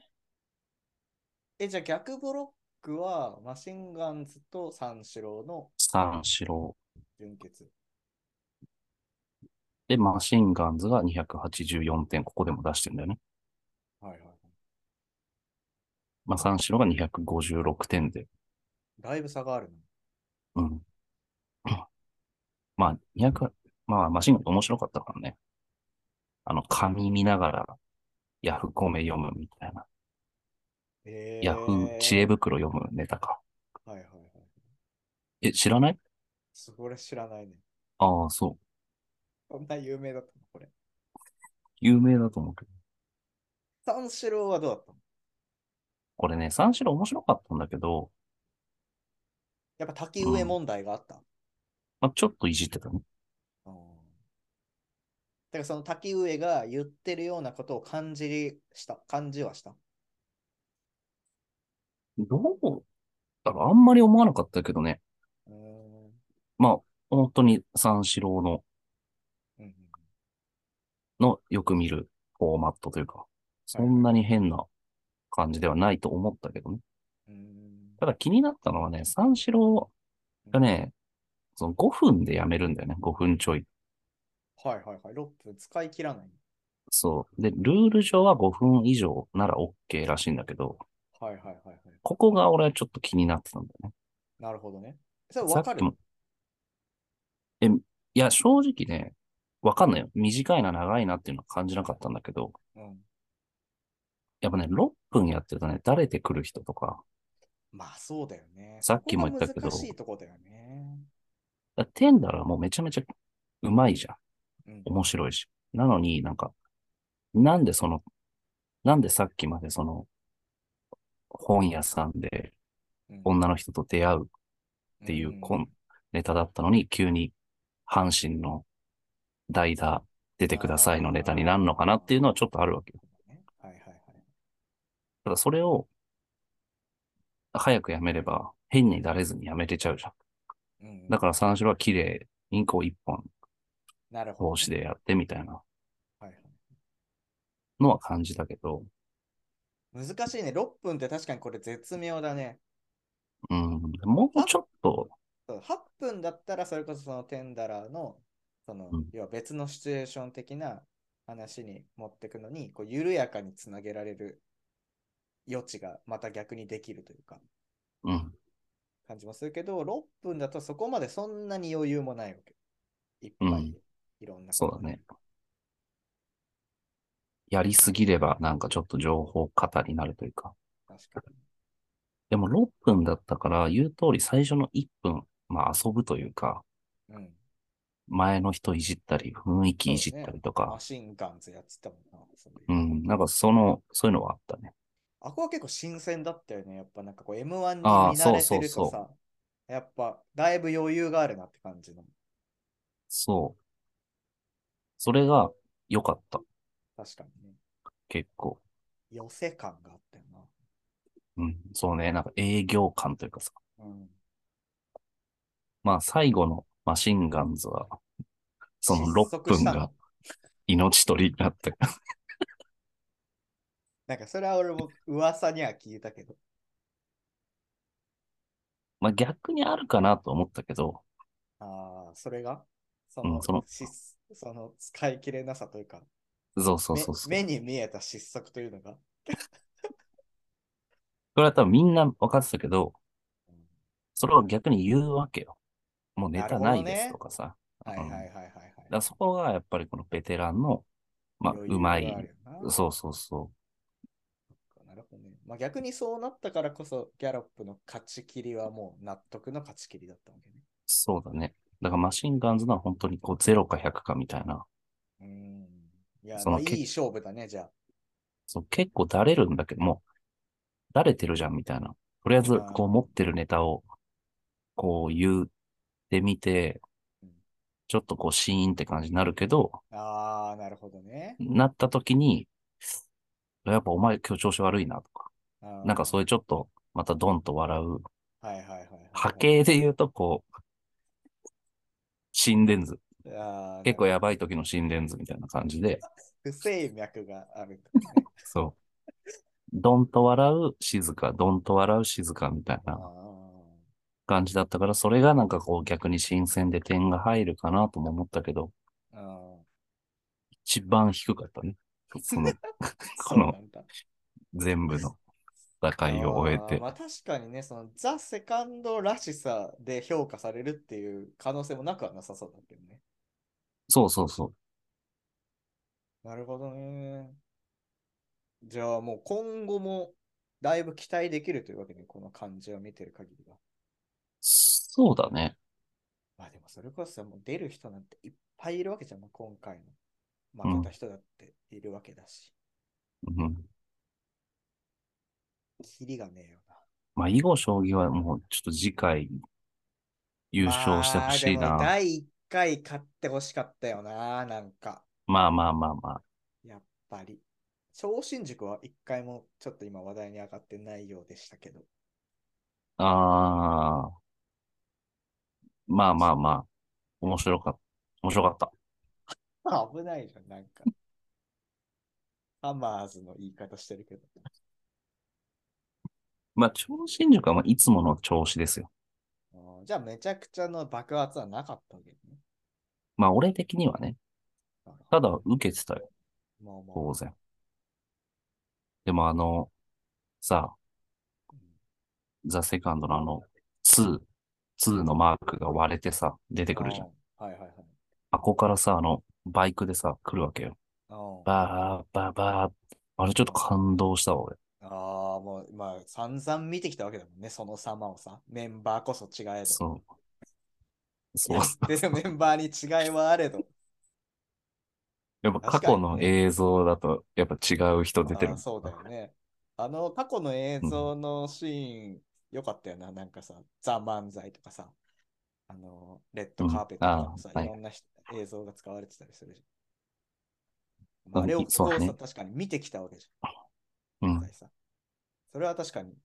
Speaker 3: え、じゃあ逆ブロックは、マシンガンズと三四郎の
Speaker 1: 三四郎。
Speaker 3: 準決。
Speaker 1: で、マシンガンズが284点、ここでも出してんだよね。
Speaker 3: はいはいはい。
Speaker 1: まあ、三四郎が256点で
Speaker 3: だいぶ差があるな。
Speaker 1: うん。まあ、200、まあ、マシンガンって面白かったからね。あの、紙見ながら、ヤフコメ読むみたいな。
Speaker 3: え
Speaker 1: ヤフー知恵袋読むネタか。
Speaker 3: はいはいはい。
Speaker 1: え、知らない
Speaker 3: それ知らないね。
Speaker 1: ああ、そう。
Speaker 3: こんな有名だったのこれ。
Speaker 1: 有名だと思うけど。
Speaker 3: 三四郎はどうだったの
Speaker 1: これね、三四郎面白かったんだけど、
Speaker 3: やっぱ滝上問題があった。
Speaker 1: まあ、ちょっといじってたね。
Speaker 3: うんだからその滝上が言ってるようなことを感じりした、感じはした。
Speaker 1: どうだろうあんまり思わなかったけどね。
Speaker 3: うーん
Speaker 1: まあ、本当に三四郎の、
Speaker 3: うんうん
Speaker 1: のよく見るフォーマットというか、そんなに変な感じではないと思ったけどね。
Speaker 3: うーん
Speaker 1: ただ気になったのはね、三四郎がね、その5分でやめるんだよね。5分ちょい。
Speaker 3: はいはいはい。6分使い切らない。
Speaker 1: そう。で、ルール上は5分以上なら OK らしいんだけど、
Speaker 3: はいはいはいはい。
Speaker 1: ここが俺はちょっと気になってたんだよね。
Speaker 3: なるほどね。それ
Speaker 1: さ
Speaker 3: わ
Speaker 1: っ
Speaker 3: か
Speaker 1: き
Speaker 3: る
Speaker 1: も。え、いや、正直ね、わかんないよ。短いな、長いなっていうのは感じなかったんだけど、
Speaker 3: うん。
Speaker 1: やっぱね、6分やってるとね、だれてくる人とか、
Speaker 3: まあそうだよね。
Speaker 1: さっきも言ったけど
Speaker 3: そこが難しいとこだよね。
Speaker 1: だからテンダラーもうめちゃめちゃうまいじゃん。
Speaker 3: うん。
Speaker 1: 面白いし。なのになんか、なんでその、なんでさっきまでその、本屋さんで
Speaker 3: うん
Speaker 1: 女の人と出会うってい
Speaker 3: ん
Speaker 1: うこんネタだったのに、急に阪神の代打出てくださいのネタになるのかなっていうのはちょっとあるわけよ。
Speaker 3: ねはいはいはい。
Speaker 1: ただそれを早くやめれば変にだれずにやめれちゃうじゃん。
Speaker 3: うんうん
Speaker 1: だから三四郎は綺麗、インコ一本
Speaker 3: なるほど
Speaker 1: 帽
Speaker 3: ね。
Speaker 1: 子でやってみたいな
Speaker 3: はいはい
Speaker 1: のは感じたけど、
Speaker 3: 難しいね。6分って確かにこれ絶妙だね。
Speaker 1: うん、もうちょっと、
Speaker 3: そう8分だったらそれこそそのテンダラーのその、
Speaker 1: うん
Speaker 3: 要は別のシチュエーション的な話に持ってくのにこう緩やかにつなげられる余地がまた逆にできるというか
Speaker 1: うん、
Speaker 3: 感じもするけど6分だとそこまでそんなに余裕もないわけ。いっぱい、
Speaker 1: うん
Speaker 3: いろんなこと
Speaker 1: そうだね。。やりすぎればなんかちょっと情報過多になるというか。
Speaker 3: 確かに。
Speaker 1: でも6分だったから、言う通り最初の1分、まあ遊ぶというか、
Speaker 3: うん、
Speaker 1: 前の人いじったり、雰囲気いじったりと
Speaker 3: マ
Speaker 1: か、
Speaker 3: シンガンズやってたもんな。そういう
Speaker 1: うん、なんかその、そういうのはあったね。
Speaker 3: あこは結構新鮮だったよね。やっぱなんかこう M1 に見
Speaker 1: ああ
Speaker 3: 慣れ
Speaker 1: そ
Speaker 3: て
Speaker 1: うそう
Speaker 3: る
Speaker 1: そう
Speaker 3: とさ、やっぱだいぶ余裕があるなって感じの。
Speaker 1: そう。それが良かった、
Speaker 3: 確かにね。
Speaker 1: 結構。
Speaker 3: 寄せ感があったよ
Speaker 1: うん、そうね、なんか営業感というかさ。
Speaker 3: な。うん。
Speaker 1: まあ最後のマシンガンズは、その
Speaker 3: 失
Speaker 1: 6
Speaker 3: 速し
Speaker 1: 分
Speaker 3: たの
Speaker 1: が命取りになった
Speaker 3: なんかそれは俺も噂には聞いたけど。
Speaker 1: まあ、逆にあるかなと思ったけど、
Speaker 3: ああ、それがそ
Speaker 1: うん
Speaker 3: の、
Speaker 1: その
Speaker 3: しその使い切れなさというか、
Speaker 1: そうそう
Speaker 3: め
Speaker 1: そうそう。
Speaker 3: 目に見えた失速というのが。
Speaker 1: それは多分みんな分かってたけど、それを逆に言うわけよ。もうネタないですとかさ。
Speaker 3: はいはい
Speaker 1: うん
Speaker 3: はいは
Speaker 1: だ
Speaker 3: い
Speaker 1: か
Speaker 3: はいは
Speaker 1: らそこがやっぱりこのベテランの、まあ、
Speaker 3: い。余裕
Speaker 1: うまい
Speaker 3: があ。るよな
Speaker 1: そうそうそ
Speaker 3: なるほどね。まあ、逆にそうなったからこそ、ギャロップの勝ち切りはもう納得の勝ち切りだったわけね。
Speaker 1: う。そうだね。だからマシンガンズのは本当にこう0か100かみたいな。
Speaker 3: うーん。いや、
Speaker 1: その
Speaker 3: まあ、い
Speaker 1: け
Speaker 3: い勝負だね、じゃあ。
Speaker 1: そう結構だれるんだけど、もう、だれてるじゃんみたいな。とりあえず
Speaker 3: あー
Speaker 1: こう持ってるネタを、こう言ってみて
Speaker 3: うん、
Speaker 1: ちょっとこうシーンって感じになるけど、
Speaker 3: ああ、なるほどね。
Speaker 1: なった時に、やっぱお前今日調子悪いなとか、
Speaker 3: な
Speaker 1: なんかそういうちょっと、またドンと笑う、
Speaker 3: はいはいはいはいはい。
Speaker 1: 波形で言うとこう、心電図。
Speaker 3: あー
Speaker 1: 結構
Speaker 3: なんか
Speaker 1: やばい時の心電図みたいな感じで、
Speaker 3: 不整脈がある、
Speaker 1: そう。ドンと笑う、静か、ドンと笑う、静かみたい
Speaker 3: あ
Speaker 1: な感じだったから、それがなんかこう逆に新鮮で点が入るかなとも思ったけど、
Speaker 3: ーあ
Speaker 1: 一番低かったね。
Speaker 3: ー。
Speaker 1: その
Speaker 3: そうなんだ。
Speaker 1: 全部の。戦いを終え
Speaker 3: あー
Speaker 1: て
Speaker 3: ま。あ確かにね、そのザ・セカンドらしさで評価されるっていう可能性もなくはなさそうだけどね。
Speaker 1: そうそうそう。
Speaker 3: なるほどね。じゃあもう今後もだいぶ期待できるというわけね、この感じを見てる限りは。
Speaker 1: そうだね。
Speaker 3: まあでもそれこそもう出る人なんていっぱいいるわけじゃん、今回の負けた人だっているわけだし。
Speaker 1: うん。
Speaker 3: キリがねえよな。
Speaker 1: まあ、囲碁将棋はもうちょっと次回優勝してほしい
Speaker 3: まあでも
Speaker 1: な。
Speaker 3: 第1回勝ってほしかったよな、なんか。
Speaker 1: まあまあまあまあ。
Speaker 3: やっぱり。超新塾は一回もちょっと今話題に上がってないようでしたけど。
Speaker 1: ああ。まあまあまあ。面白かった。面白かった。
Speaker 3: 危ないじゃん、なんか。ハマーズの言い方してるけど。
Speaker 1: まあ、超新塾はまあいつもの調子ですよ。
Speaker 3: あーじゃあめちゃくちゃの爆発はなかったわけね。
Speaker 1: まあ、俺的にはね。
Speaker 3: なる
Speaker 1: た
Speaker 3: ほ
Speaker 1: だ、受けてたよ。
Speaker 3: どまあまあ
Speaker 1: 当然。でも、あの、さあ、ザ・セカンドのあの、2、2のマークが割れてさ、出てくるじゃん。
Speaker 3: あーはいはいはい。
Speaker 1: あ、ここからさ、あの、バイクでさ、来るわけよ。
Speaker 3: あー
Speaker 1: バー、バー、バー。あれちょっと感動したわ、俺。
Speaker 3: あー、もう、まあ、散々見てきたわけだもんね、その様をさ。メンバーこそ違えど。
Speaker 1: そう。そう。
Speaker 3: で、メンバーに違いはあれど。
Speaker 1: やっぱ過去の映像だと、やっぱ違う人出て
Speaker 3: あ
Speaker 1: る
Speaker 3: ー。そうだよね。あの、過去の映像のシーン、よかったよな。なんかさ、ザ・漫才とかさ、あの、レッドカーペットとかもさ、
Speaker 1: うんあー
Speaker 3: いろんな人映像が使われてたりするじゃん。
Speaker 1: うん
Speaker 3: あれを
Speaker 1: そう
Speaker 3: こ
Speaker 1: だ
Speaker 3: う
Speaker 1: ね
Speaker 3: さ、確かに見てきたわけじ
Speaker 1: う
Speaker 3: ゃん。
Speaker 1: ん
Speaker 3: 実。際さそれは確かに。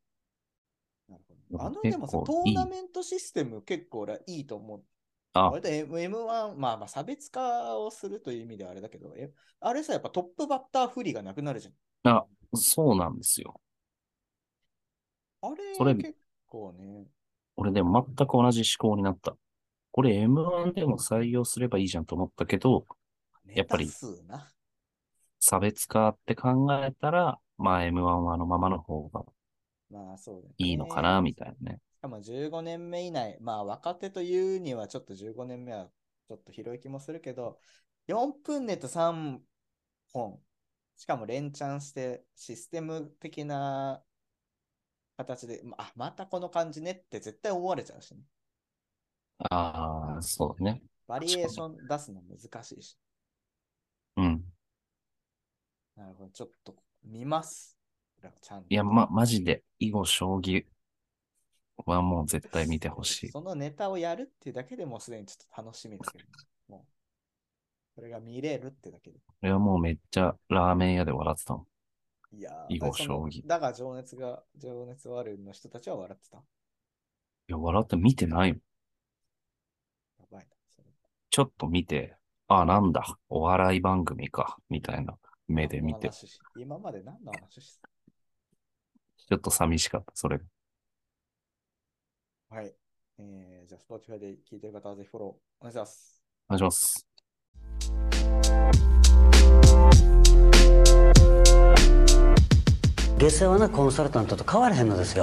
Speaker 3: なるほどあの、
Speaker 1: 結構
Speaker 3: でもさ、ト
Speaker 1: い
Speaker 3: ー
Speaker 1: い
Speaker 3: ナメントシステム結構俺はいいと思う。
Speaker 1: あ
Speaker 3: 割と M- M1、まあまあ差別化をするという意味ではあれだけど、えあれさ、やっぱトップバッター不利がなくなるじゃん。
Speaker 1: そうなんですよ。
Speaker 3: あれ、
Speaker 1: それ
Speaker 3: 結構ね。
Speaker 1: 俺でも全く同じ思考になった。これ M1 でも採用すればいいじゃんと思ったけど、やっぱり
Speaker 3: ネタ数な。
Speaker 1: 差別化って考えたら、まあ M1 はあのままの方が
Speaker 3: まあそうだね。
Speaker 1: いいのかな、みた
Speaker 3: い
Speaker 1: いなね。
Speaker 3: な。しかも15年目以内、まあ若手というにはちょっと15年目はちょっと広い気もするけど、4分ネタ3本。しかも連チャンしてシステム的な形で、まあ、またこの感じねって絶対思われちゃうしね。
Speaker 1: ああ、そうね。
Speaker 3: バリエーション出すの難しいし。
Speaker 1: うん。
Speaker 3: なるほど。ちょっと見ます。ちゃんと
Speaker 1: いや、ま、マジで、囲碁、将棋はもう絶対見てほしい。
Speaker 3: そのネタをやるっていうだけでもうすでにちょっと楽しみだ けど、もう。それが見れるってだけで。
Speaker 1: 俺はもうめっちゃラーメン屋で笑ってたもん。
Speaker 3: いやー
Speaker 1: 囲碁
Speaker 3: だからその
Speaker 1: 将棋
Speaker 3: だが情熱が、情熱はあるの人たちは笑ってた。や
Speaker 1: いや、笑って見てないよ。
Speaker 3: ばいな。それ
Speaker 1: ちょっと見て、あ、なんだ、お笑い番組か、みたいな目で見て、
Speaker 3: 何の話し今まで何の話して
Speaker 1: ちょっと寂しかった、それが。
Speaker 3: たはい。えー、じゃあ、Spotify で聞いてる方はぜひフォローお願いします。
Speaker 1: お願いします。
Speaker 4: 下世話なコンサルタントと変わらへんのですよ